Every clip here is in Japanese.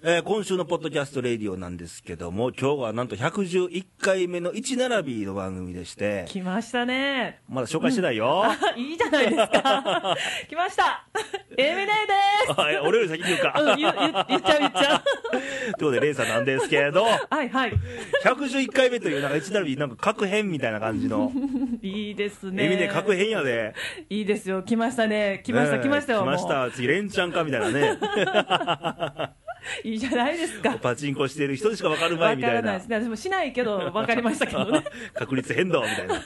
えー今週のポッドキャストレディオなんですけども、今日はなんと111回目の1並びの番組でして、来ましたね。 まだ紹介してないよ。あいいじゃないですか。 来ました。エミネです。あいや俺より先に言ううん、か。言言言っちゃう言っちゃう。ということで、レイさんなんですけど、 はいはい。 111回目という、なんか1並び、なんか各編みたいな感じの、いいですね。エミネ各編やで。いいですよ。来ましたね。来ました、ねえ来ましたよ。来ましもた。次、レンチャンかみたいな ね。ういいじゃないですか。わパチンコしてる人にしか分かるまかいみたらいないなで。すね。私もしないけ ど、わかりましたけどね。確率変動みたいな。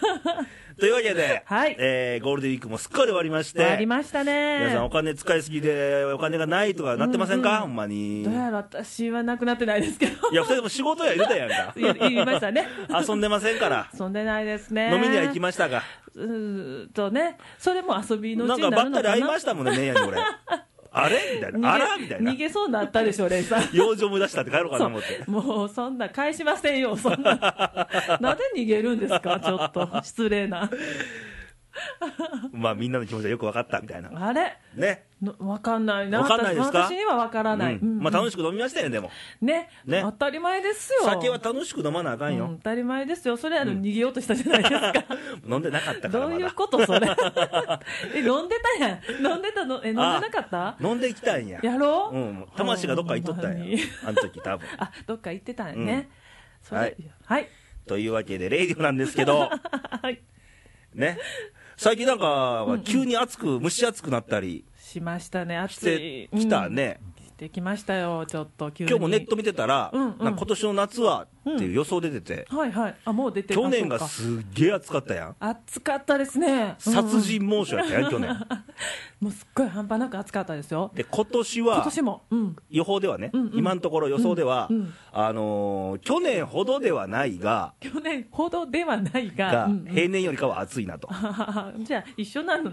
というわけで、はいえーゴールデンウィークもすっかり終わりまして、ありましたね。皆さんお金使いすぎでお金がないとかなってませんか、ほんまに。どうやら私はなくなってないですけど。。いや、二人とも仕事や言うてたやんか言言いましたね。遊んでませんから。遊んでないですね。飲みには行きましたが。うーんとね、それも遊びのうなちんかになばるっのかかりな会いましたもんね、姉や に俺。あれみたいな。あらみ逃げたいな逃。げそうになったでしょう、レイさん。用事思い出したって帰ろうかな思って。 もうそんな返しませんよ、そん な。なぜ逃げるんですか、ちょっと。失礼な。まあみんなの気持ちはよく分かったみたいな。あれね。のわかんないな。わかんないですか私私にはわからない。うんまあ楽ししく飲みましたよね、でも。ねね当たり前ですよ。酒は楽しく飲まなあかんうよん。当たり前ですよ。それあの、逃げようとしたじゃないですか。飲んでなかったかどらうまいうだ。こと、それ。 え、飲んでたやん。飲んでたの、え、飲んでなかった飲んできたんや。やろう、うん。魂がどっか行っとったほんんまやに。あの時多分。あどっか行ってたんやね、それはいはい、 というわけで、レイディオなんですけど、はい、ね。最近なんか、急に暑く、蒸し暑くなったりしましたねし暑ていきたうんね。してきましたよちょっと急に今日もネット見てたら、うんうんなんか今年の夏はっていう予想出てて、はいはいあもう出て去年があそうかすっげえ暑かったやん。暑かったですね殺人猛暑やったやん、去 年。うんうんもうすっごい半端なく暑かったですよで、今年今は、年もうん予報ではね、うんうん今のところ予想では、うんうんあのー去年ほどではないが、去年ほどではないががうんうん平年よりかは暑いなと。 じゃあ一緒なの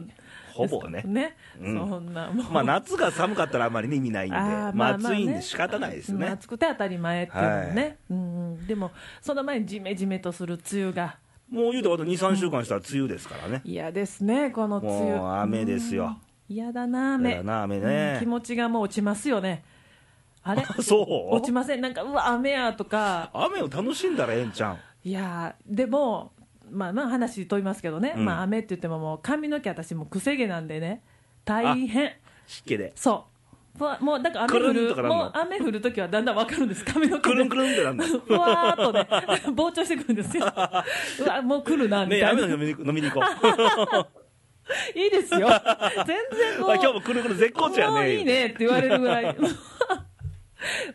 ほぼねね、うんそんなもうまあ夏が寒かったらあんまりね意味ないんで、あーまあまあまあ暑いんねで仕方ないですようんね。暑くて当たり前っていうのもね、はいうんうんでもその前にじめじめとする梅雨がもう言うとあと2、3週間したら梅雨ですからね。嫌ですねこの梅雨もう雨ですようん嫌だな雨嫌だな雨ねうん気持ちがもう落ちますよねあれ そう落ちませんなんかうわ雨やとか雨を楽しんだらええんちゃん。いやーでもまあまあ話飛びますけどね、うんまあ雨って言ってももう髪の毛私もうくせ毛なんでね大変湿気 で。そうふわもうだから雨降くるんるとかなんのもう雨降るときはだんだんわかるんです髪の毛くでるんくるんってなんだ。ふわーっとね膨張してくるんですようわもう来るなみ ねたいえ、な、雨の日飲みに飲み に行こう。いいですよ全然もう今日もくるくる絶好調やね。もういいねって言われるぐらい。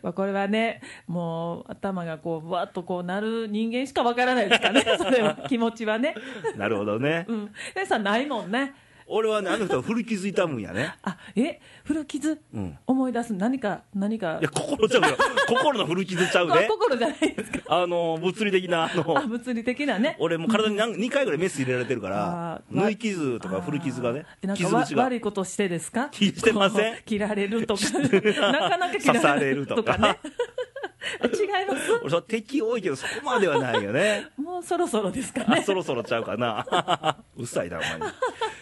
まあこれはね、もう頭がこう、ぶわっとこうなる人間しかわからないですからね、それは、気持ちはね。なるほどねう。ん。でさ、ないもんね。俺はね、あの人は古傷痛むんや ね。あ、え、古傷、うん思い出す、何か、何かいや、、心ちゃうよ。心の古傷ちゃうあね。心じゃないですか。あの、物理的な、あのあ、、物理的なね。 俺も体に2回ぐらいメス入れられてるからあ、ー縫い傷とか古傷がねあー、なんか傷わ口が悪いことしてですかしてませんこう切られ るとか、なかなか切刺さられれるると とかかね。違います 俺、そう敵多いけど、そこまではないよ ね。もうそろそろですかあ、ね。そろそろちゃうかな。 うっさいな、お前に。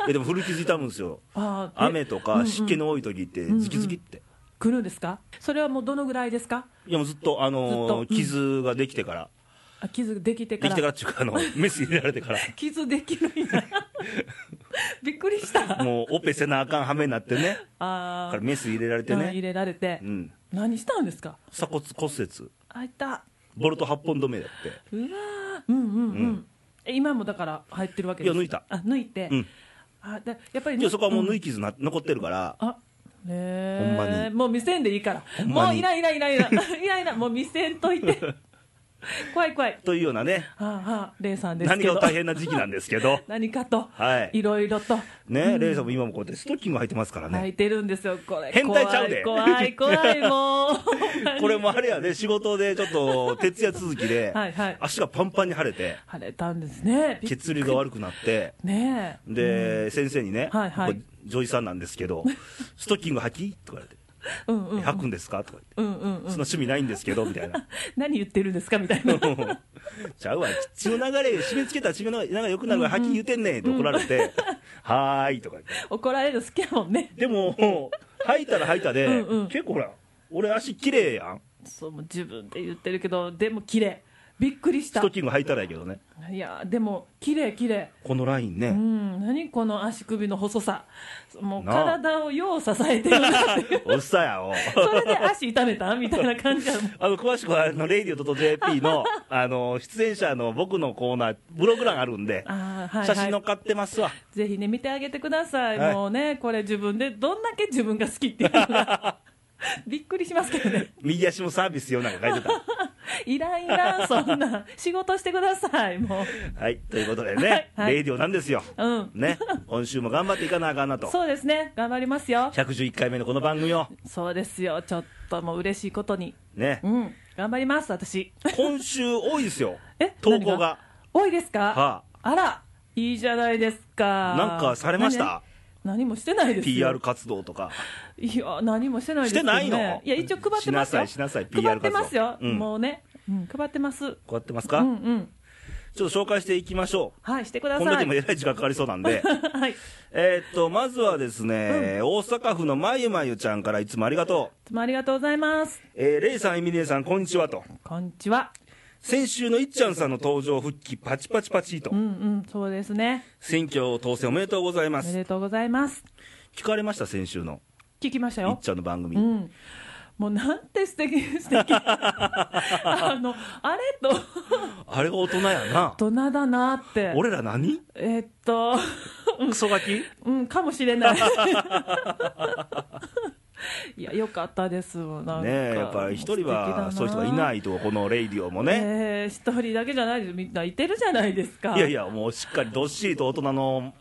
え、でも古傷痛むんですよ。あー雨とか湿気の多い時って、ズキズキって。来るんですかそれはもうどのぐらいですかいや、もうずっと、あのーずっとうん傷ができてから、あ傷できてかでらきてからっていうか、 あの、メス入れられてから、傷できる んやびっくりしたもう、オペせなあかんはめになってね、だあかーらメス入れられてあ入ね、れられて、うん、何したんですか鎖骨骨折、あいたボルト8本止めやって、うわーうんうんうん、え今もだから入ってるわけですいや抜いたあ抜いて、うんあだやっぱり今日そこはもう縫いい、傷な、残ってるから、あねえほんまにもう見せんでいいからんまにもういらんいらんいらんいらんいらんいらんもう見せんといて怖い怖いというようなね、はあはあレイさんですけ何ど、が大変な時期なんですけど 何かと、はいろいろとね、レイさんも今もこうやってストッキング履いてますから泣ね、いてるんですよ、これ。変態ちゃうで怖 い、怖い、怖いもう。これもあれやね、仕事でちょっと、徹夜続きではいはい、足がパンパンに腫れて、晴れたんですね。びっ血流が悪くなって、ねえ。で、先生にね、はいはいこれ女医さんなんですけ ど、ストッキング履きって言われて。うんうん。履くんですかとか言って、うんうんそんなう。ん趣味ないんですけど、みたいな。 何言ってるんですかみたいな。ちゃうわ、血の流れ、締め付けたら血の流れ良くなるから、履き言うてんねんって怒られ て、はーいとか言って。怒られるの好きやもんね。でも、履いたら履いたでうんうん、結構ほら、俺足綺麗やん。そうもう自分で言ってるけどでも綺麗びっくりしスたトッキング履いたらやけどね。いやでも綺麗綺麗このラインうね。ん何この足首の細さもうなあ体をよう支えてるなっていうおっさんや ろ。それで足痛めたみたいな感 じやもんあの、詳しくは、あの、レイディオ .jp の、あの、出演者の僕のコーナー、ブログ欄あるんで、あーはい、はい、写真の買って ますわ。ぜひね見てあげてください、はいもうねこれ自分でどんだけ自分が好きっていう のがびっくりしますけどね右足もサービスよなんか書いてた。いらんいらんそんな仕事してくださいもはい、ということでね、はいはいレイディオなんですよ。ううんね、今週も頑張っていかなあかんなと。そうですね頑張りますよ111回目のこの番組を、そうですよちょっともう嬉しいことにね、うん頑張ります私今週多いですよえ、投稿何が。多いですか、はあらいいじゃないですかあ、なんかされまし何た何もしてないですよ ?PR 活動とか。いや何もしてないですけどねしてないのいや一応配ってますしなよさいしなさい PR 配ってますよ、活動うんもうね、うん、配ってますこうやってますか、うんうんちょっと紹介していきましょはいしてくう。だこんなさでいもえらい時間かかりそうなんで。 はいいえーっと、まずはですね、大阪府のまゆまゆちゃんからいつもありがとつもありがとうございますう。えー、レイさん、エミネさん、こんにちはと。こんにちは先週のいっちゃんさんの登場復帰、パチパチパチとう。んうんそうですね選挙当選おめでとうございまおめす。でとうございます聞かれました、先週の。聞きましたいっよちゃんの番組。うんもうなんて素敵 素敵あのあれとあれが大人やな。大人だなって俺ら何えっと クソガキうんかもしれない いやよかったですなんかねえやっぱり一人はそういう人がいいないとこのレイディオもね、えー一人だけじゃないですみんないてるじゃないですかいやいやもうしっかりどっしりと大人の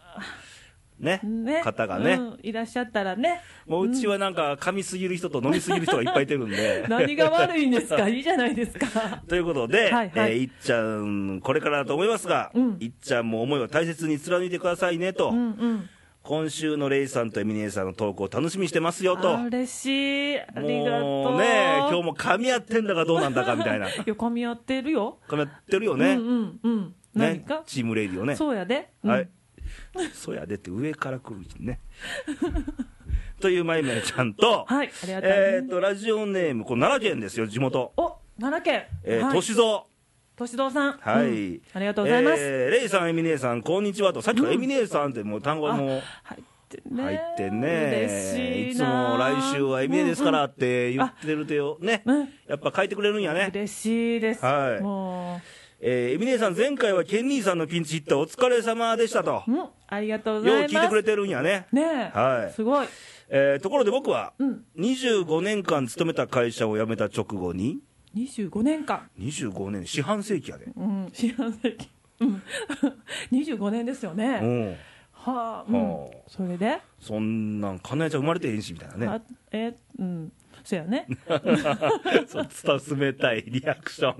ねね、方がね、うんいらっしゃったらねもううちはなんか噛みすぎる人と飲みすぎる人がいっぱいいてるんで何が悪いんですかいいじゃないですか ということで、はいはえいーいっちゃんこれからだと思いますが、うんいっちゃんも思いを大切に貫いてくださいねと、うんうん今週のレイさんとエミネーさんの投稿楽しみにしてますよとあ嬉しいありがともううね今日も噛み合ってんだかどうなんだかみたい な噛いや噛み合ってるよ、み合ってるよね,、うんうんうんね何か、チームレイディオねそうやで、うんはい。そうやでって上から来るね。 というまゆめちゃんと、はいありがたいえっ、と、ラジオネーム、これ奈良県ですよ、地元。お奈良県えー、はい歳三。歳三さんはいうんありがとうございます、えーレイさん、エミネーさん、こんにちはと、さっきのエミネーさんってもう単語も入ってね入ってね。嬉しいつもな来週はエミネーですかうんらって言ってるとよ、ねうん。やっぱ書いてくれるんやうんね。嬉しいです、はいもえーエミネーさん、前回はケンニーさんのピンチヒットお疲れ様でしたとう、。うん、ありがとうごようざいます聞いてくれてるんやね。ねえ、はいすごいえーところで僕は、うん25年間勤めた会社を辞めた直後に、 25年間25年、四半世紀やで。うん、知らない。うん、25年ですよね。うん。はあ、うんはあそれで、そんなん、かなえちゃん生まれてへんし、みたいな あね。え、うん、そう やね。そう、伝めたいリアクション。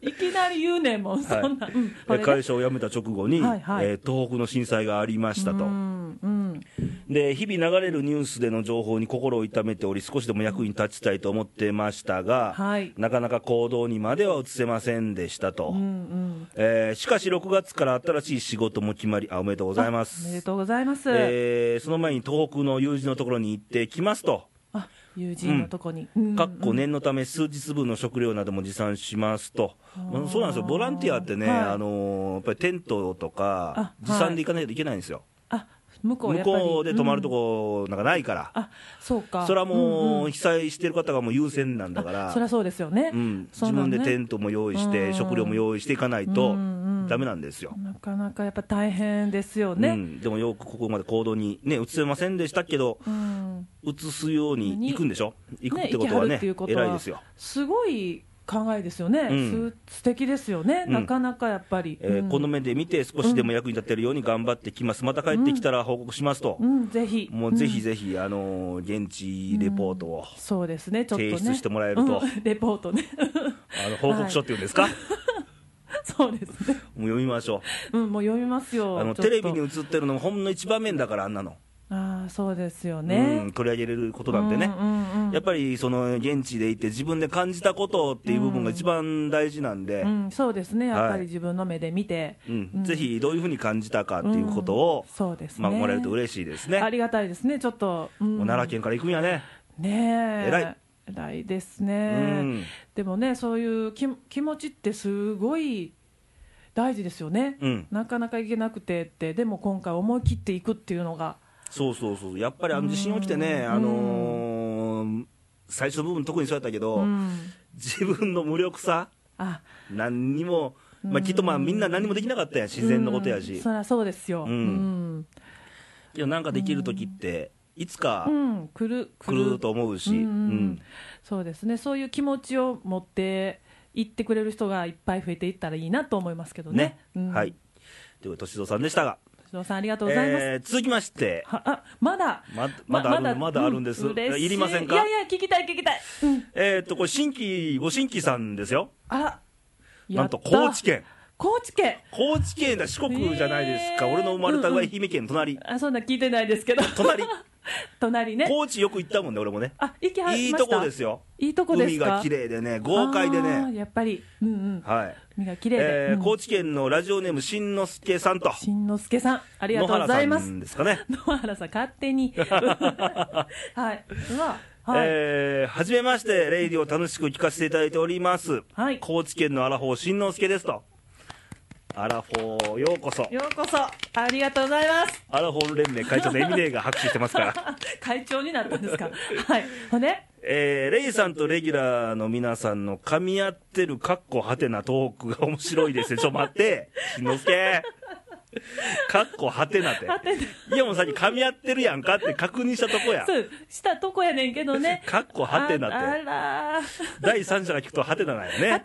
いきなり言うねんもん、そんな。うん、それで会社を辞めた直後に、はいはいえー東北の震災がありましたとう。ん、うん、で、日々流れるニュースでの情報に心を痛めており、少しでも役に立ちたいと思ってましたが、はいなかなか行動にまでは移せませんでしたと。うん、うん。えーしかし6月から新しい仕事も決まり、あ、おめでとうごございます。おめでとうございます。えーその前に東北の友人のところに行ってきますと、あ、友人のとこに。うんかっこ念のため、数日分の食料なども持参しますと、まあそうなんですよ、ボランティアってね、はいあのーやっぱりテントとかあ、持参で行かないといけないんですよ、あ、向こう向やっぱりこうで泊まるとうんこなんかないから、あ、そうか。それはもんう、被災してる方がもう優先なんだかんらそ。りゃそうですよね。うん、そ自うな分んでねテントも用意して、うん食料も用意していかないとうんうんダメなんですよ、なかなかやっぱ大変ですようね。ん、でもよくここまで行動に、ね、移せませんでしたけど、うん。移すように行くんでしょ、行くってことは行きはるね、っていうことは偉いですよ、すごい考えですよね、うんす素敵ですよね、うんなかなかやっぱり、えーうんこの目で見て、少しでも役に立てるように頑張ってきます、また帰ってきたら報告しますと、うん、ぜひ、もうぜひひ、ぜひ、あのー現地レポートを、そうですね、ちょっとね、提出してもらえるとうんレポートね、あの報告書っていうんですか、もそうですね、う読みまし ょうん、もう読みますう、よ、あのちょっとテレビに映ってるのもほんの一場面だから、あんなの、ああ、そうですようん、ね、取り上げれることなんてね。うんうんうんやっぱりその現地で行って自分で感じたことっていう部分が一番大事なんで、うん、そうですね、やっぱはいり自分の目で見て、うんうんぜひどういうふうに感じたかっていうことを、そうですね、まあ、もらえると嬉しいですねありがたいですね、ちょっと、うもんう奈良県から行くんやね。ねえ偉い偉いですうね、んでもねそういうき気持ちってすごい大事ですよね、うんなかなか行けなくてってでも今回思い切っていくっていうのがそうそうそうやっぱりあの地震起きてね、うんあのー最初の部分特にそうやったけど、うん自分の無力さあ何にも、まあ、きっとまあみんな何もできなかったやん自然のことやうんし、そりゃそうですよううんん、けどなんかできる時っていつかうん、くるく来ると思うし、うんううんんそうですねそういう気持ちを持って行ってくれる人がいっぱい増えていったらいいなと思いますけどねね、うん、はいということで歳三さんでしたが、敏郎さんありがとうございます、えー続きましてはあまだままだあるまだあるんですう嬉しいりませんかいやいや聞きたい聞きたい、うん、えーっとこれ新規ご新規さんですよあらなんとやった高知県高知県高知県だ四国じゃないですか、へー俺の生まれたうん上うん愛媛県の隣、あそんな聞いてないですけど隣 隣ね高知よく行ったもんね俺もねあ行きはりましたいいとこですよいいとこです海かが綺麗でね豪快であーねやっぱりうんうんはい海が綺麗で、えーうん高知県のラジオネームしんのすけさんとしんのすけさんありが野とうご原ざさいますんですかね野原さん勝 手にはいでははい、えーはじめまして、レイディを楽しく聞かせていただいております。はい高知県のアラフォー、しんのすけですと。アラフォー、ようこそ。ようこそありがとうございます アラフォー連盟会長のエミネーが拍手してますから。会長になったんですかはいほんでえーレイさんとレギュラーの皆さんの噛み合ってるかっこはてなトークが面白いですね。ちょ、待って。しんのすけ。かっこはてなって。はてないや、もうさっき噛み合ってるやんかって確認したとこや。そうしたとこやねんけどね かっこはてなってああらー第三者が聞くとはてななんよね。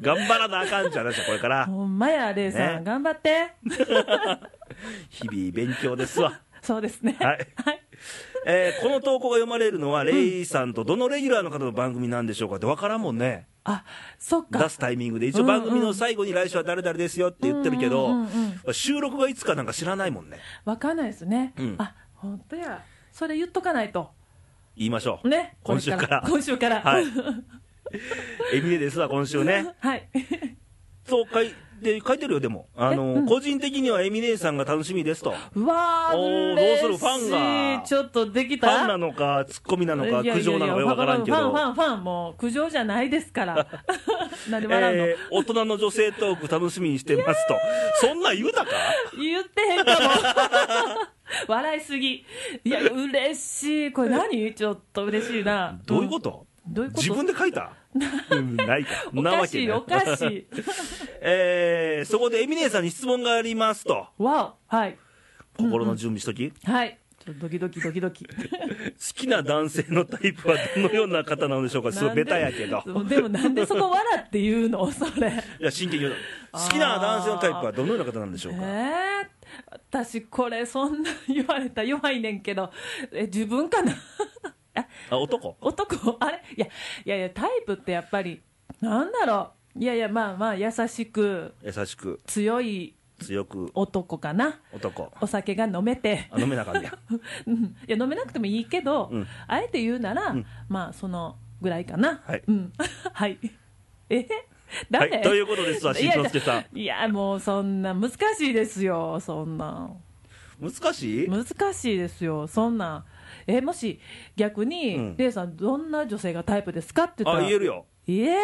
頑張らなあかんじゃないですか、これから。ほんまやレイさん、ね頑張って日々勉強ですわ。そうですねはいはいえーこの投稿が読まれるのは、レイさんとどのレギュラーの方の番組なんでしょうかって分からんもんね、あそっ出かすタイミングで、一応うんうん番組の最後に来週は誰々ですよって言ってるけどうんうんうん、収録がいつかなんか知らないもんね、わかんないですね、うんあ本当やそれ言っとかないと言いましょう、ね今週からこれ今週からはい エミネですわ、今週ね。はいそう書いで書いてるよ、でも、あのえうん個人的にはエミネさんが楽しみですと、フうわーおー嬉しいどうするファンがちょっとできたァンなのか、ツッコミなのか、いや苦いやい情やなのかよく分からんけファンフど。ァンファンファンもう苦情じゃないですからなんで笑うの、えー大人の女性トーク楽しみにしてますと、そんなん言うたか言ってへんかも笑いすぎいや嬉しいこれ何ちょっと嬉しいなどういうことどういうこと自分で書い たうんないか。おなかわしけいないおかしい えーそこでエミネーさんに質問がありますと。わおはい心の準備しとき、好はいちょっとドキドキドキドキきな男性のタイプはどのような方なのでしょうかすごないんベでタやけど。そうでもなんでそこ笑って言うのそれいや、真剣に言うとあー好きな男性のタイプはどのような方なんでしょえうか、ー、私これそんな言われたら弱いねんけどえ自分かなああ、男男あれいやいやいやタイプってやっぱりなんだろういやいやまあまあ優しく優しく、強い強く、男かな男。お酒が飲めて、あ、飲めなあかんね や。うんいや飲めなくてもいいけど、うんあえて言うなら、まあそのぐらいかなはいうん はいえダはメ、い、ということですわ、しんのすけさん。いやもうそんな難しいですよそんな難しい難しいですよそんなえもし逆に、うんレイさんどんな女性がタイプですかって言っあ、たら言えるよ。ええ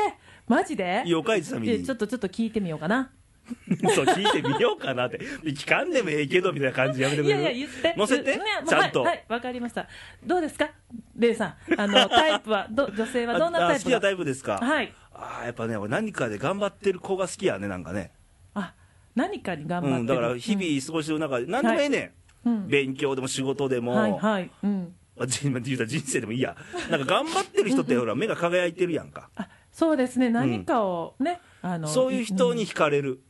マジでいいよ、かいちなみえにちょ。っとちょっと聞いてみようかな そう、聞いてみようかなって。聞かんでもええけど、みたいな感じやめていくれやるいや言って載せてうねもうちゃんとはいはいわ、かりましたどうですかレイさん あのタイプはど女性はどんなああタイ好きプながタイプですかはいああやっぱね俺何かで頑張ってる子が好きやねなんかねあ何かに頑張ってうる、んだから日々過ごしてる中で何でもええねん、うん勉強でも仕事でも、はいはいうんあじ まあ言うたら人生でもいいやなんか頑張ってる人ってほら目が輝いてるやんかあそうですね何かをね、あのそういう人にん惹かれる、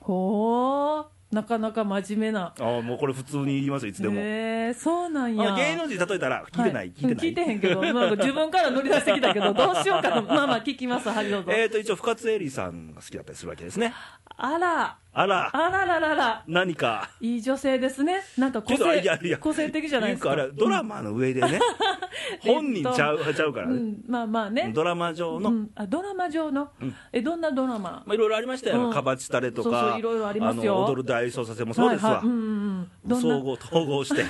ほうなかなか真面目なああもうこれ普通に言いますよいつでも、へえそうなんやあ芸能人例えたら聞いてない、聞いてない聞いてへんけど、なんか自分から乗り出してきたけど、どうしようかと、まあまあ聞きます、はい、どうぞ。えーと一応深津絵里さんが好きだったりするわけですねあら、あらあらららら、何かいい女性ですね。なんか個けど性いやいや個性的じゃないですか。うあれドラマの上で ね本人ちゃうちゃうからうね、ん、まあまあね。ドラマ上の、うんあドラマ上の、え、どんなドラマまあ、いろいろありましたよ、うんかばちたれとか、そうそういろいろありますよの踊る大捜査線もそうですわ、はいはいうんうんうん。どんな 総合、統合して、だ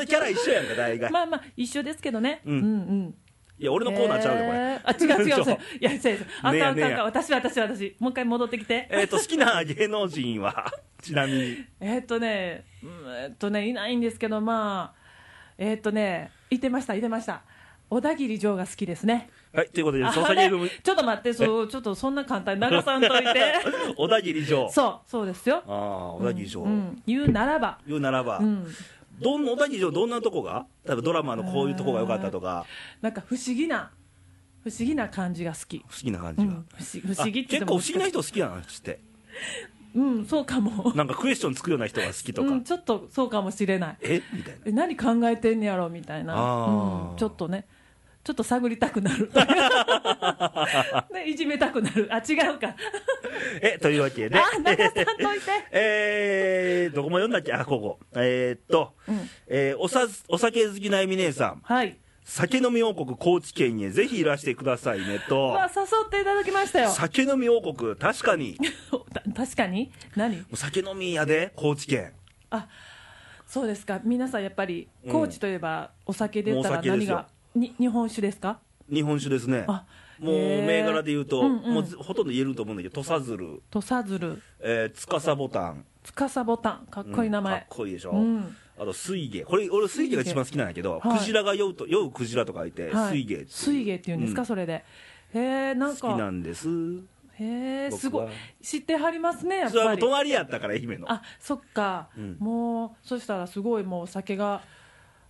ってキャラ一緒やんか大概、まあまあ一緒ですけどね、うんうんうんいや俺のコーナーちゃうよこれ、へーあ違う違 うちょそういや違う違うあねえかんあかんねあえかん私私私もう一回戻ってきてえっ、と好きな芸能人 はちなみにえーっとね、うんえーっとね、いないんですけど、まあ、えーっとね、いてました、いてました。小田切城が好きですね。はいということであ佐々れ木組ちょっと待って、そう、ちょっとそんな簡単に流さんとい て。小田切城そう、そうですよ。ああ小田切城、うん、言うならば。言うならば、うん、どん小田切城どんなとこが例えばドラマのこういうとこが良かったとかなんか不思議な、不思議な感じが好き。不思議な感うじんが、不思不思議っあて言結って構も不思議な人好きなの知ってうん、そうかも。なんかクエスチョンつくような人が好きとか、うん、ちょっとそうかもしれない。えみたいなえ何考えてんねやろみたいな、あーうんちょっとねちょっと探りたく なるねいじめたくなるあ違うかえというわけで あ長さんと いてえー、どこも読んだっけあここえー、っと、うんえーおさお酒好きなエミ姉さんはい、酒飲み王国高知県へぜひいらしてくださいねとまあ、誘っていただきましたよ酒飲み王国確かにた 確かに何お酒飲み屋で高知県あそうですか皆さんやっぱりうん高知といえばお酒で言ったもらうお酒で何すよがに日本酒ですか日本酒ですねあもうへー銘柄で言うと、うんうんもうずほとんど言えると思うんだけど土佐鶴、土佐鶴えー、司ボタン司ボタンかっこいい名うんかっ前、こいいでしょ、うんあと水芸これ俺水芸が一番好きなんやけど、水芸クジラが酔うと酔うクジラとかいて、はい水芸っていう水芸っていうんですか、うんそれでへえなんか好きなんですへえ僕はすごい知ってはりますねやっそれはぱもうり隣やったから愛媛のあそっか、うんもうそしたらすごいもうお酒が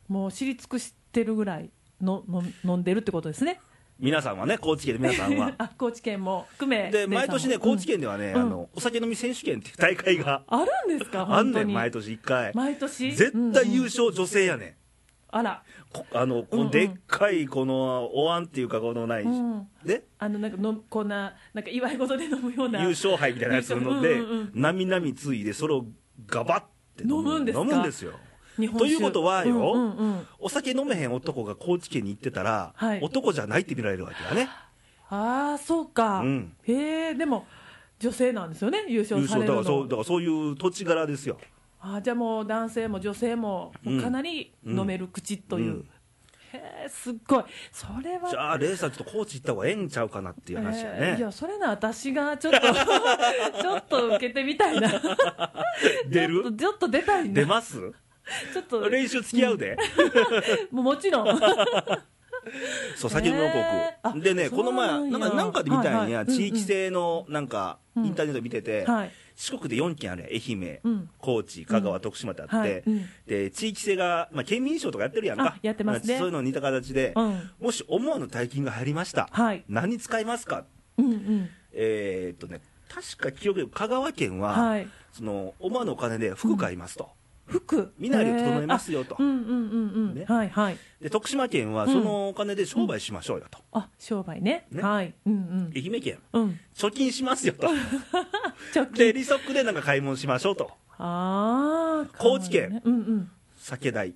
もう知り尽くしてるぐらいのの飲んでるってことですね皆さんはね高知県の皆さんは あ高知県も含めで姉さんも毎年ね高知県ではね、うんあのお酒飲み選手権っていう大会がうんあるんですかあんね本当んに毎年1回毎年絶対優うんうん勝女性やねん、あらこあのこうんうのんでっかいこのお椀っていうかこのない、うんであのなんかのこんななんか祝い事で飲むような優勝杯みたいなやつので優勝うんうんなみなみついでそれをガバって飲むんですか飲むんですよ日本酒ということはようんうんうんお酒飲めへん男が高知県に行ってたら、はい男じゃないって見られるわけだねああそうか、うんへえでも女性なんですよね優優勝さ勝れだるかのらそうだからそういう土地柄ですよあーじゃあもう男性も女性ももうかなりうん飲める口というう、んへえすっごいそれはじゃあレイさんちょっと高知行った方がええんちゃうかなっていう話やえねー、いやそれな私がちょっと ちょっと受けてみた いな出ちょっるとちょっと出たいな出ますちょっと練習付き合うで、もうもちろんあそう酒の王国、えーあでねそこうのな前んなやんかなんかで見たんや、はいはい地域性のなんか、うんインターネットで見てて、はい四国で4県あるやん愛媛、うん高知香川、徳島ってあって、はいうんで地域性が、まあ、県民賞とかやってるやんかあやってますねそういうの似た形で、うんもし思わぬ大金が入りました、はい何に使いますかうんうんえー、っとね確か記憶で香川県は、はいその思わぬお金で服買いますと、服身なりを整えますよとへーあうんうんうんうん、ねはいはいで徳島県はうんそのお金で商売しましょうよと、あ商売ねねはいうん愛媛県うんうん貯金しますよ と直で近利息でなんか買い物しましょうとああ高知県うんうん酒 代い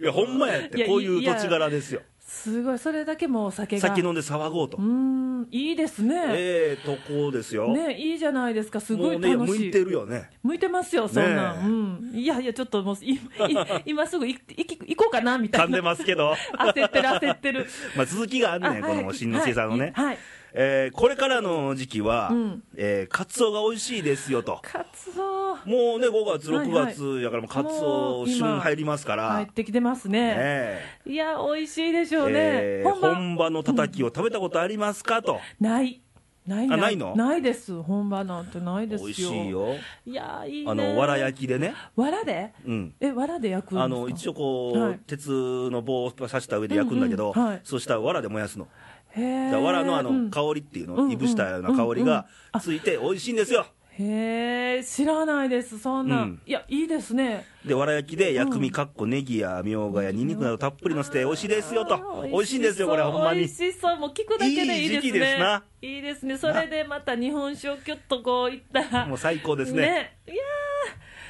やほんまやっいてやこういうい土や地柄ですよすごいそれだけもうお酒が酒飲んで騒ごうとうーんいいですね、ええとこですよ、ねいいじゃないですかすもごういね楽向しいいてるよね向いてますよそんなん、ねえうん、いやいやちょっともういい 今すぐ行行き行こうかなみた噛いんでなますけど焦ってる焦ってるまあ続きがあんねんこのしんのすけさんのね、はい、はい、えーこれからの時期は、うんえーカツオが美味しいですよとカツオもうね5月はい6はい月やからもうカツもオう今旬入りますから、入っねてきてますねえいや美味しいでしょうね、えー本場本場のたたきを食べたことありますかと、ないないあないのないです本場なんてないです美よ味しいよいやいいねあのわら焼きでね、わらでうん、えわらで焼くんですかあの一応こう、はい鉄の棒を刺した上で焼くんだけど、うんうんはいそうしたらわらで燃やすの、へえだからわらのあの、うん香りっていううんうのんいぶしたような香りがうんうんついて美味しいんですよへえ知らないですそんな、うんいやいいですねでわら焼きで薬味かっこネギやみょうがやにんにくなどたっぷりのせて美味しいですよあとー美味しいんですよこれはほんま美に味しそうもう聞くだけでいいですねいい時期ですないいですねそれでまた日本酒をキュッとこういったらもう最高ですねいや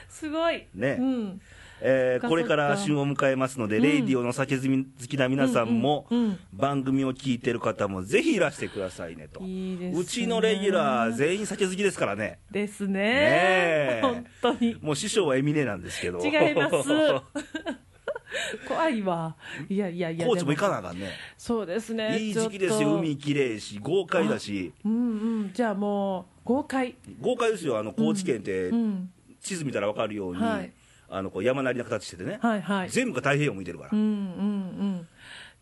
ーすごいねうんえそっかーこれから旬を迎えますので、うんレイディオの酒好きな皆さんも、うんうん番組を聞いてる方もぜひいらしてくださいねと。いいですねうちのレギュラー全員酒好きですからね。ですねえね本当にもう師匠はエミネなんですけど。違います怖いわいやいやい や高知も行かなであかんね。そうですねいい時期ですちょっよ。と海きれいし、豪快だし。うんうんじゃあもう豪快豪快ですよ。あの、高知県ってう、ん地図見たらわかるように、はいあの、こう山なりな形しててね。はいはい全部が太平洋向いてるからうん。うんうん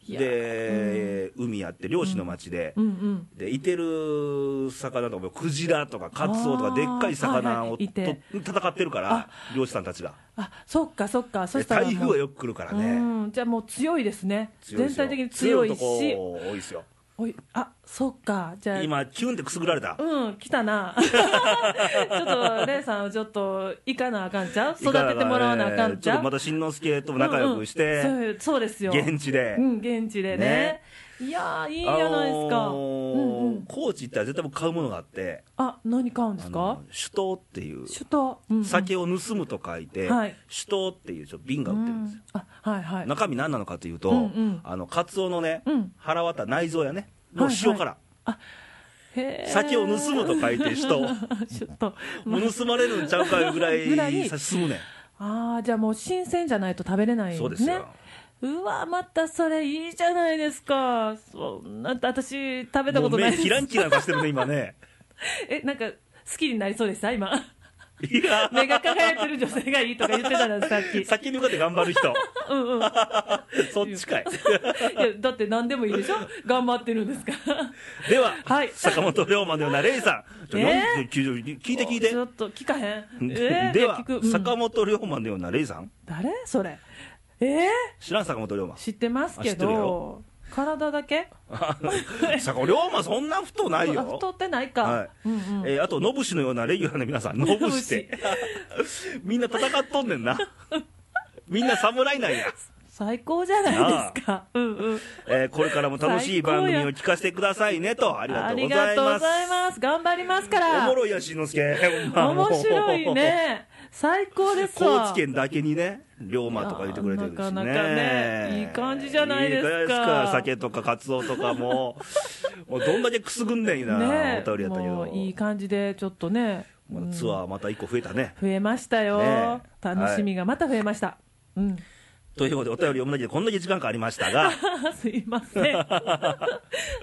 いやで、海あって漁師の町で、うんうんでいてる魚とかクジラとかカツオとかでっかい魚はいをはといいて戦ってるから漁師さんたちがあそっかそっかそでしたらもう台風はよく来るからねうんじゃあもう強いですね強いですよ全体的に強いし強いとこ多いですよおいあそっかじゃあ今キュンってくすぐられたうん、来 たな。ちょっと、レイさん、ちょっと、行かなあかんちゃう育ててもらわなあかんちちょっゃとうまた新之助とも仲良くしうんうんてそうそうですよ。現地でうん、現地でね。いやー、いいじゃないですか。あのーうんうん、高知行ったら絶対僕買うものがあってあ、何買うんであすかの酒盗っていう首都。うんうん酒を盗むと書いてはい酒盗っていうちょっと瓶が売ってるんですようんあ、はいはい。中身何なのかというと、うんうんあのカツオのね、うん腹渡内臓やねのはいはい塩から、へー酒を盗むと書いて 人ちょっと。もう盗まれるんちゃうかいうぐら ぐらいいさ進むねんああ、じゃあもう新鮮じゃないと食べれないんですね。そうですようわ、またそれいいじゃないですか。そんな、私、食べたもこうとな目いですキランキランさしてるね今ね え、なんか、好きになりそうでした今。いや 目が輝いてる女性がいいとか言ってたじゃないですか、さっき。先に向かって頑張る人うんうん。いや、そっち かいだって何でもいいでしょ頑張ってるんですから。では、はい坂本龍馬のようなレイさんちょえ40 90聞いて聞いてちょっと聞かへん。え ー、でいや聞は、くうん坂本龍馬のようなレイさん誰それ。えー、知らん坂本龍馬知ってますあ知けってるよど、体だけ 坂本龍馬そんな太ないあよ太ってないか。はいうんうん。えーあと、ノブシのようなレギュラーの皆さ ん、ノブシって、 みんな戦っとんねんな、みんな侍なんや、最高じゃないですか。うんうん。えーこれからも楽しい番組を最高や聞かせてくださいねと、ありがあとうりござがいとうまごす。ざいます。頑張りますかおらも。ろいや、しんのすけ、面白い。ね。最高ですわ。 高知県だけにね、龍馬とか言ってくれてるしね。いやなかなかねいい感じじゃないですかいいじゃないですか酒とかカツオとか も、もうどんだけくすぐんねんな、ねお便りやったけもどう。いい感じでちょっとね、まあツアーまた一個増えたね。増えましたよ、ねえ楽しみがまた増えました、うん、ということで、お便り読むだけでこんだけ時間がありました が、すいま せん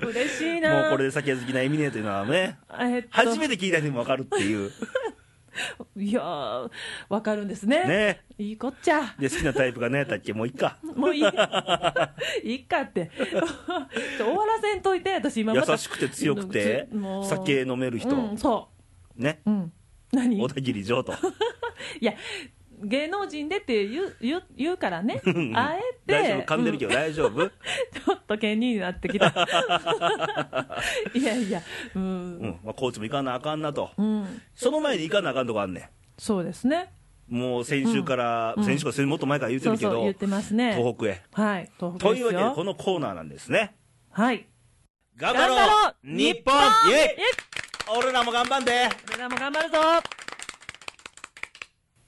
嬉しいなもうこれで酒好きなエミネというのはね、えっと初めて聞いた人にも分かるっていう、いやーわかるんです ねね、いいこっちゃで好きなタイプがね、やったっけ、もういっか、もういいいいかってちょ終わらせんといて私今また優しくて強くてつも、う酒飲める人、うんそね、ううん何小田切城 と、いや芸能人でって言う言う言うからねあえて大丈夫、噛んでるけど大丈夫、ちょっと権利になっ てきた。いやいや、うん、うんまあ、コーチも行かなあかんなと、うん、その前に行かなあかんとこあんねそうですね。ん、もう先週から、先週から、もっと前から言ってそるうけど、そう言ってますね。東北へ。はい、東北とでいすよ。うわけで、このコーナーなんですね。はい。頑張頑ろ張うろう日本イイエエイイ俺らも頑張んで俺らも頑張るぞ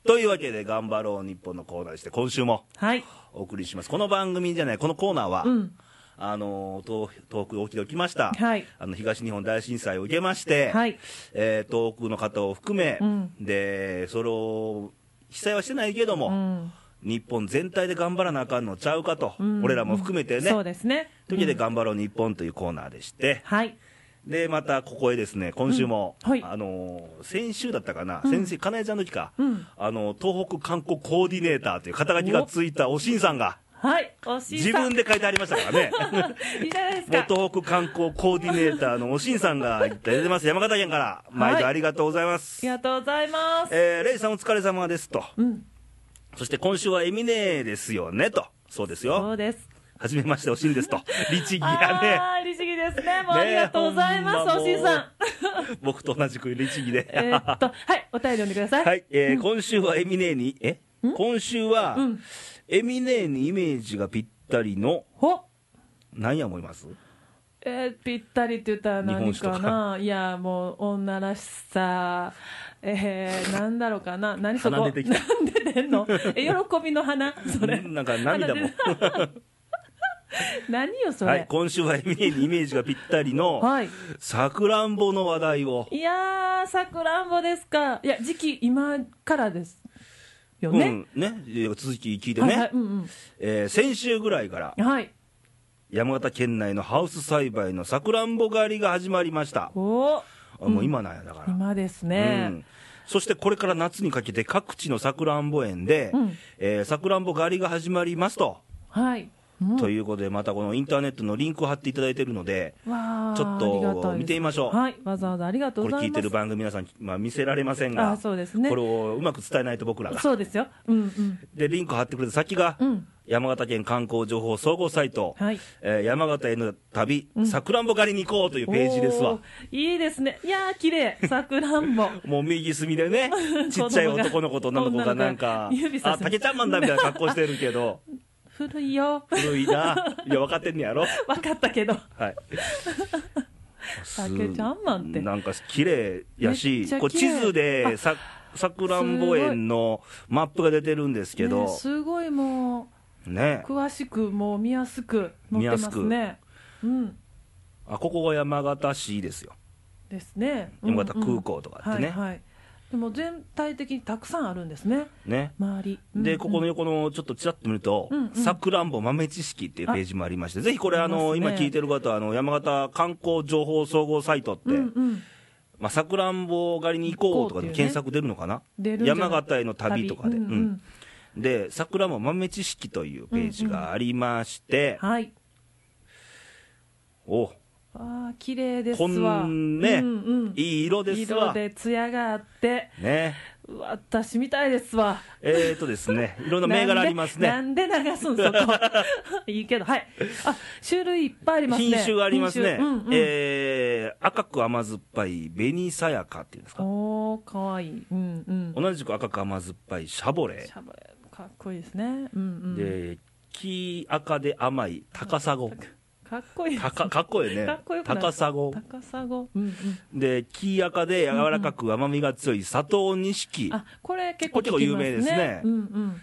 というわけで、頑張ろう日本のコーナーでして、今週もはい。お送りします。この番組じゃない、このコーナーは、うん。あの東東北沖で起きました、はいあの東日本大震災を受けまして、はいえー東北の方を含め、うんでそれを被災はしてないけども、うん。日本全体で頑張らなあかんのちゃうかと、うん俺らも含めてね。そうですね。というわけで、頑張ろう日本というコーナーでして、はい。で、またここへですね、今週も、うんはいあのー先週だったかな、先生、かなえちゃんの時か、うんあの、東北観光コーディネーターという肩書きがついたおしんさんが、はい。おし自んさ分ん。で書いてありましたからね。 いいじゃないですか。元北観光コーディネーターのおしんさんが出てます、山形県から、毎度ありがとうございまあす。りがとうございます。えーレイさん、お疲れ様ですと、うん。そして今週はエミネーですよねと、そうですそよ、うです。はじめまして、おしんです と、律儀やああー、律儀ですね。もうねありがとうございほんまます、もうおしんさん。 ね、僕と同じく律儀で、えーっと、はい、お便り読んでください。はい、えー今週はエミネーに、え今週は、うんエミネーにイメージがぴったりの、ほ何や思いますえーぴったりって言ったら何日本酒かとな、いや、もう女らしさ、えー、なんだろうかな、何そこ、鼻出てきなんで出んの、え喜びの花、それ、なんか涙も。何よ、それ、はい、今週はエミネにイメージがぴったりの、 はい、さくらんぼの話題を。いやー、さくらんぼですか、いや、時期、今からですようね、ん、ね、いや続き聞いてはいはいね、うんえー先週ぐらいからうん、はい、山形県内のハウス栽培のさくらんぼ狩りが始まりました。おーあもう今なんや、だから。今ですうねん、そしてこれから夏にかけて各地のさくらんぼ園でうん、えーさくらんぼ狩りが始まりますと。はい、うんということで、またこのインターネットのリンクを貼っていただいてるので、わーちょっありがたといです見てみましょう。はい、わざわざありがとうこごれざいま聞す。いてる番組皆さん、まあ、見せられませんがあそうですねこれをうまく伝えないと僕らがそうですよ、うんうん、でリンク貼ってくれた先が、うん山形県観光情報総合サイト、はいえー山形への旅さくらんぼ狩りに行こうというページですおわーいいですね。いやー、綺麗。さくらんぼ。もう右隅で ねちっちゃい男の子と女の子がなんか女の子が指さあす竹ちゃんマンだみたいな格好してるけ ど 古いよ。 古いないや分かってんねやろわかったけど。はい竹ちゃんマンってなんか綺麗やめしっちゃ綺麗こう地図でささくらんぼ園のマップが出てるんですけねどすごいもう、ね詳しく、もう見やすく載ってます見ね。うん。あここが山形市ですよですね。山形空港とかあってねはいはい。でも全体的にたくさんあるんですね。ね周り。で、ここのね。横のちょっとちらっと見るとうんうん、さくらんぼ豆知識っていうページもありまして、ぜひこれ、ああのり今ますね聞いてる方はあの、山形観光情報総合サイトってうん、うん。まあさくらんぼ狩りに行こうとかで行こうっていうね検索出るのかな、出るんじゃない山形への旅とかで、ううんうんんで、さくらんぼ豆知識というページがありまして、はい。おああ、綺麗ですこわ。んねうんうん、いい色です色わ。で艶があって、ねうわ私みたいですわ。えーとですね、いろんな銘柄ありますね。なんでなんで流すん、そこ。 いいけど、はい。あ、種類いっぱいありますね。品種がありますね、品種うんうんえー赤く甘酸っぱい紅さやかっていうんですか、おー、かわいい。うんうん。同じく赤く甘酸っぱいシャボレシャバかっこいいですね。うんうー、ん。で黄赤で甘い高砂かっこいいですね。高かっこいいねかっこよくなる高砂高砂。うんうん。で黄赤で柔らかく甘みが強い砂糖錦、あ、これ結構聞きまこれ結構有名ですねうんうん。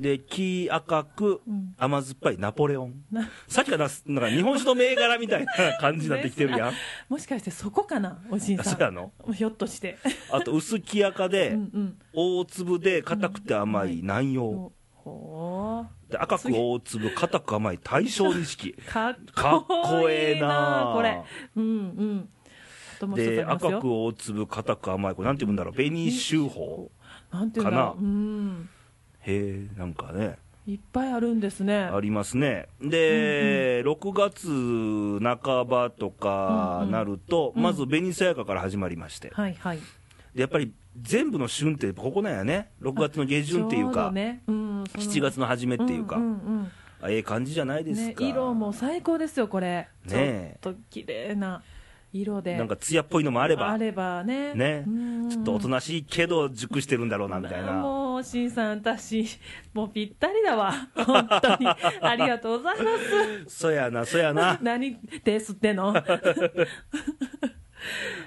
で黄赤くうん甘酸っぱいナポレオン、なさっきからななんか日本酒の銘柄みたいな感じになってきてる やんもしかしてそこかな、おじいあさ。そうんやのひょっとして。 あと薄黄赤うでんうん。大粒で硬くて甘い南洋、おほで赤く大粒、硬く甘い大正錦。ー。かっかっここいえいえななこれ。うんうん。あともう一つありで、ますよ赤く大粒、硬く甘い、これなんて言うんだろう、紅秋宝。なんていうんだろかう、うん、へえ、なんかね、いっぱいあるんですね。ありますね。で、6月半ばとかなると、うんうんまず紅さやかから始まりまして、はいはい。でやっぱり全部の旬って、ここなんやね、6月の下旬っていうちょうかど、ね、うん、 7月の初めっていうかん、んあええ感じじゃないうんですね、か。色も最高ですよこれ。ねえちょっと綺麗な色で。なんか艶っぽいのもあれば、ね。ねうんちょっとおとなしいけど、熟してるんだろうなみたいな。もう、しんさん、私、もうぴったりだわ。本当に。ありがとうございます。。そやな、そやな 何ですっての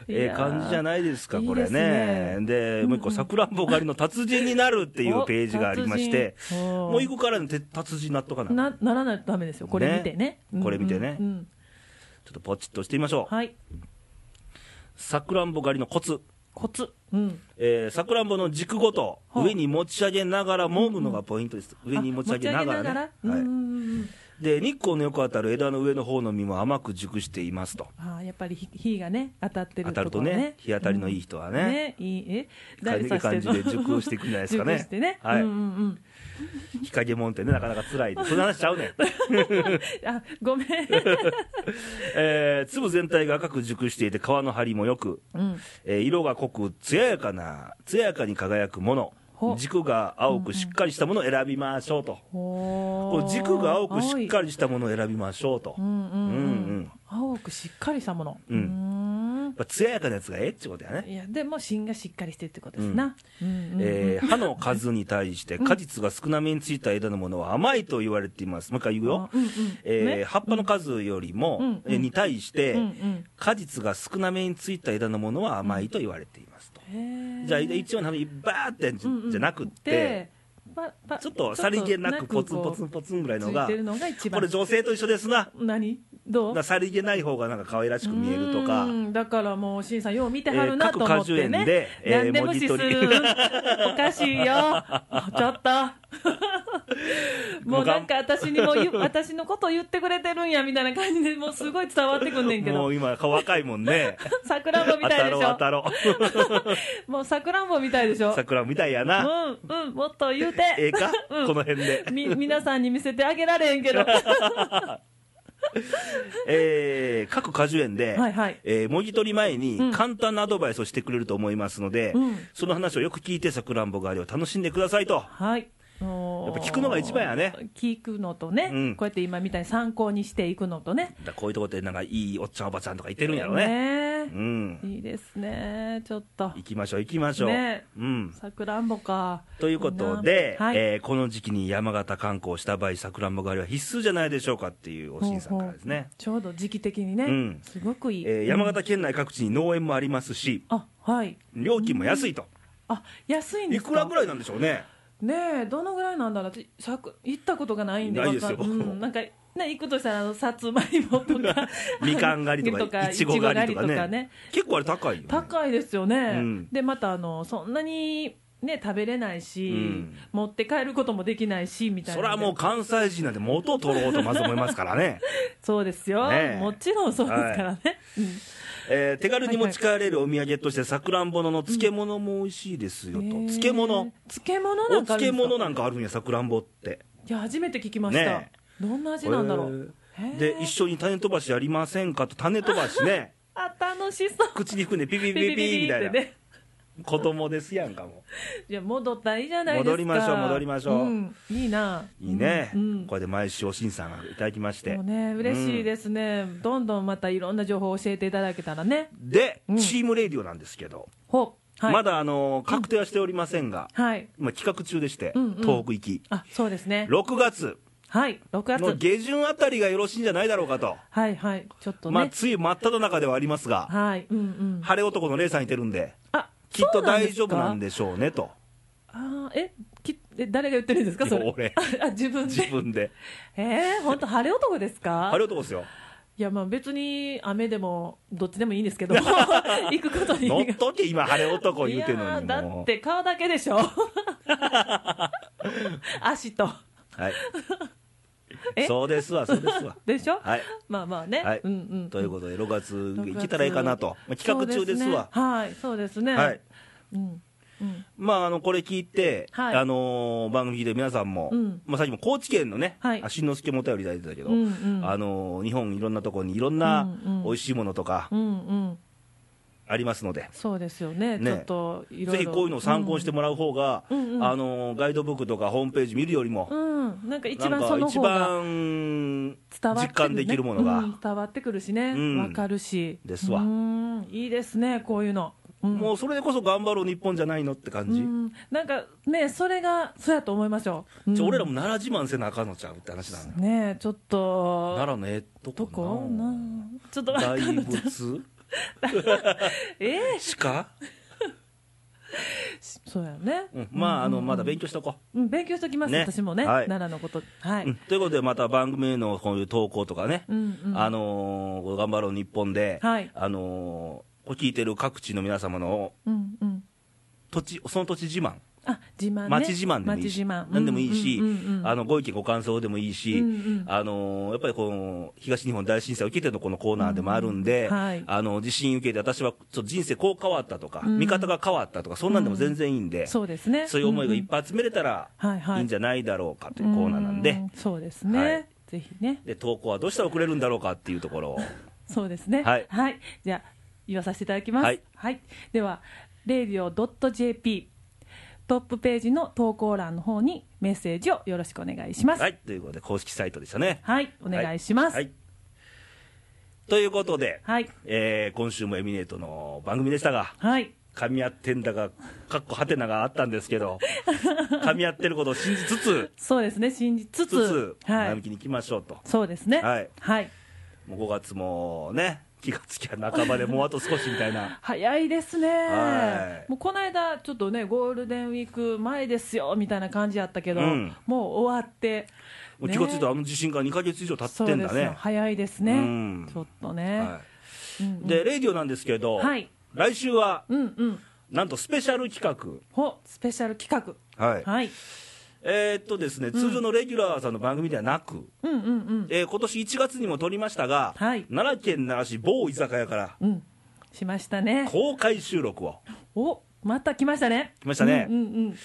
ええ感じじゃないなやーいですか、こいれいでねす。で、もう一個、さくらんぼ狩りの達人になるっていうページがありまして、お達人おーもう一個からのて達人納得かな。ちょなならないとダメですよ、これ見てね。ねこれ見てねうんうんうんっとポチッとしてみましょう。はい、さくらんぼ狩りのコツ。コツ、うん、えー、さくらんぼの軸ごと、はあ上に持ち上げながらもむのがポイントです。上に持ち上げながらあ持ち上げながらね。うんはうんうんい。で、日光のよく当たる枝の上の方の実も甘く熟していますと。あーやっぱり日日がね、当たっ当てるとこたろるとね、日当たりのいい人人はねね、いいえいい感じで熟していくんじゃないですかね 熟してね、 はいうんうんうん、日陰もんってね、なかなか辛いで。そんな話しちゃうねん。あごめん、えー粒全体が赤く熟していて皮の張りもよく、うん、えー色が濃く艶やかな艶やかに輝くもほの軸が青くしっかりしたものを選びましょうと、お こう軸が青くしっかり、りしたものを選びましょうと、青いうんうんうんうんうん青くしっかりしたもの、うんうーんやっぱ艶やかなやつがええってことやね、いやでも芯がしっかりしてるってことですな、うんうんえー葉の数に対して果実が少なめについた枝のものは甘いと言われていますもう一回言うよ、あうんうんえーね葉っぱの数よりも、うんえーに対して、うんうん果実が少なめについた枝のものは甘いと言われていますと、じゃあ一応波バーってじ,、うんうんじゃなくって、パパちょっとさりげなくポツンポツこンポツンぐらいうのついがてるのが一番これ女性と一緒ですな何どだうからさりげない方がなんか可愛らしく見えるとかう。んだからもうしんさんよう見てえはるーなと各思果って樹園ね、で、えーなんで文無字視 す取りるおかしいよちょっともうなんか 私にも言う私のこと言ってくれてるんやみたいな感じでもうすごい伝わってくんねんけもどう今、若いもん ね、桜んぼみ当たたいでろうし当ょたろもう桜んぼみたいでしう、ょ桜みたいやうな、んうんもっと言うええてか、うんこの辺で、み皆さんに見せてあげられへ んけどはえー各果樹園で、いはいえー、もぎ取り前うにん簡単なアドバイスをしてくれると思いますので、うんその話をよく聞いて、さくらんぼ狩りを楽しんでくださいと、はいややっぱ聞くのが一番やね聞くのとね、うんこうやって今みたいに参考にしていくのとねだからこういうとこでなんかいいおっちゃん、おばちゃんとか言ってるんやろね、ねうえん、いいですねちょっと行きましょう、行きましょう。ねうんさくらんぼかということで、はいえーこの時期に山形観光した場合、さくらんぼ狩りは必須じゃないでしょうかっていうおしんさんからですね、ちょうど時期的にね、うんすごくいい、えー山形県内各地に農園もありますし、あはい料金も安いと、あ安いんでいすかくらぐらいなんでしょう ね、ねえどのぐらいなんだろう私さく行ったことがないんでないですよわかん うんなんかね行くとしたらあのさつまいもとかみかん狩り とか、いちご狩りとかね、結構あれ高いよね。高いですよね、うんでまたあのそんなにね食べれないし、うん持って帰ることもできないしみたいそなれはもう関西人なんて元を取ろうとまず思いますからね、 そうですよ、ねえもちろんそうですからね、えー手軽に持ち帰れるお土産としてさくらんぼのの漬物も美味しいですよと、うん漬物へえ漬物おなんかあるん漬ですか物なんかあるんやさくらんぼっていや初めて聞きました、ねどんな味なんだろう、へえで一緒に種飛ばしやりませんかと種飛ばしねあ楽しそう口に含んでピピピピみたいな、ね子供ですやんかもいや戻ったらいいじゃないですか戻りましょう戻りましょうんいいないいいね、うんこれで毎週おしんさんがいただきましてもうね嬉しいですね、どんどんまたいろんな情報を教えていただけたらねで、うんチームレディオなんですけど、ほうはいまだあのー確定はしておりませんが、はい今企画中でして、うんうん東北行きあそうですね6月はい6の月下旬あたりがよろしいんじゃないだろうかと、はいはいちょっとね、まあ梅雨真っ只中ではありますが、はいうんうん晴れ男のレイさんいてるんで、あきっと大丈夫なんででしょうねと、すかあーえきえ誰が言ってるんですかそれ俺 あ自分自で分で、えー、本当晴れ男ですか晴れ男ですよ、いやまあ別に雨でもどっちでもいいんです けど行くことに乗っとけ、今、晴れ男言うてんのにいやーだもっう、て顔だけで しょ足とはい、 えそうですわ、そうですわ。でしょ、はい、まあまあね、はいうんうんということで、6月6行けたらいいかなと、まあ、企画中ですわ。そうねはいそうですねはいうんうんまあ、あのこれ聞いて、はいあのー番組で皆さんも、うんまあ、さっきも高知県のね、はいあしんのすけもお便りいただいてたけど、うんうんあのー日本いろんなところにいろんなうんうん美味しいものとかうんうんありますので、そうですよねねちょっといろいろぜひこういうのを参考にしてもらう方が、うんうんあのーガイドブックとかホームページ見るよりも、うん、うん、なんか一な番んそかの一方が番伝実わってくるね感できるものが、うん伝わってくるしね、わうんかるしですわうんいいですねこういうの、うんもうそれでこそ頑張ろう日本じゃないのって感うじ、んなんかねそれがそうやと思いますよ、うんじゃあ俺らも奈良自慢せなあかんのちゃうって話なのよねえちょっと奈良のええとどここななちょっとわか大んない仏ええ鹿そうやね、うんまあ、あの、まだ勉強しとこうん、勉強しときます、ね私もね、はい奈良のことはう。い、うんということで、また番組へのこういう投稿とかね、うんうんあのー頑張ろう日本で、はいあのーこれ聞いてる各地の皆様のうんうん土地、その土地自慢、あ自慢ね町自慢でもいいし、町自慢何でもいいし、うんうんうんうんあのご意見、ご感想でもいいし、うんうんあのーやっぱりこの東日本大震災を受けてのこのコーナーでもあるんで、うんうんはいあの地震受けて、私はちょっと人生こう変わったとか、うん見方が変わったとか、そんなんでも全然いいんで、そうですねそういう思いがいっぱい集めれたらうんうんはいはいいいんじゃないだろうかというコーナーなんで。うそうですね、はいぜひねで投稿はどうしたら送れるんだろうかっていうところをそうですね。はいじゃあ、言わさせていただきます。ははいい。では、radio.jp トップページの投稿欄の方にメッセージをよろしくお願いします。ははい。いということで公式サイトでしたねお願いします。ははいい。ということで、はい。えー今週もエミネートの番組でしたがはい。噛み合ってんだがかっこはてながあったんですけど噛み合ってることを信じつつそうですね。信じつつつつ。は前向い。きにいきましょうとそうですね。はいはい。もう5月もね気がつきゃ半ばでもうあと少しみたいな早いですはねい、もうこの間、ちょっとね、ゴールデンウィーク前ですよみたいな感じやったけど、うんもう終わって、もう気がついたねらあの地震から2か月以上経そっうてんでだすよね早いですうね、んちょっとねは。うんうんい、でレイディオなんですけど、はい来週はうんうん、なんとスペシャル企ほスペシャル企画はい画、はい、えーっとですね通常のレギュラーさんの番組ではなく、うんうんうん、えー今年1月にも撮りましたが、はい奈良県奈良市某居酒屋からうん、しましたね、公開収録を、おまた来ましたね、来ましたねうんうんうん、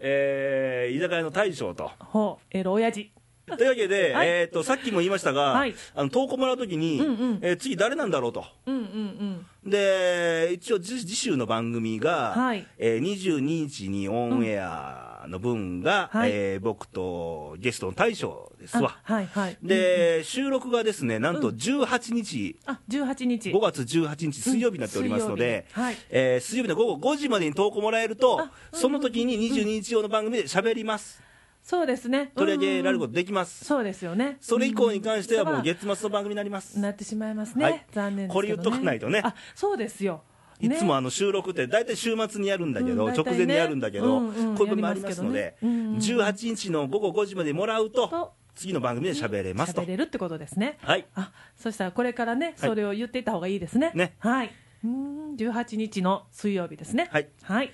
えー居酒屋の大将と。ほエロ親父というわけで、はいえーっとさっきも言いましたが、はいあの投稿もらうときに、うんうんえー次誰なんだろうと。うんうんうん、で一応次次週の番組が、はいえー22日にオンエアの分が、はいえー僕とゲストの大将ですあわはいはい、で、収録がですねなんとうん18日、あ18日、 5月18日水曜日になっておりますので、水曜日はいえー水曜日の午後5時までに投稿もらえるとあうんその時に22日用の番組で喋りますそうですね、取り上げられるうんうんことできます、そうですよね、それ以降に関してはもう月月末の番組になります、なってしまいますね、はい残念ですけど、ね、これ言っとかないとねあそうですよ、いねつもあの収録って大体週末にやるんだけど、うん大体直ね前にやるんだけど、うんうんこういうのもありますのでやりますけどねうんうん18日の午後5時までもらうとと次の番組で喋れますと喋れるってことですね、はいあそしたらこれからね、はいそれを言っていった方がいいですね、ねはい、うーん18日の水曜日ですね、はいはい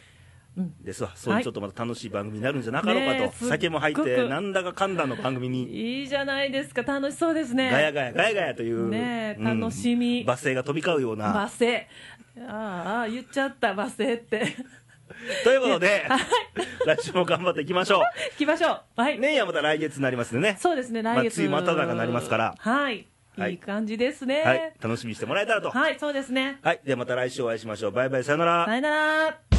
うん、ですわそういはういちょっとまた楽しい番組になるんじゃなかろうかと、ねえすっごく酒も入ってなんだかかんだの番組にいいじゃないですか、楽しそうですね、ガヤガヤガヤガヤという、ねえうん楽しみ罵声が飛び交うようなバセ、ああ、言っちゃった、バセって、 ということで、 来週も頑張っていきましょう行きましょう、はい、ねえはまた来月になりますんでねそうですね、まあ来月、ついまただがなりますからはい、はいいい感じですね、はい楽しみにしてもらえたらとはい、そうですね。はい、ではまた来週お会いしましょうバイバイさよならさよなら。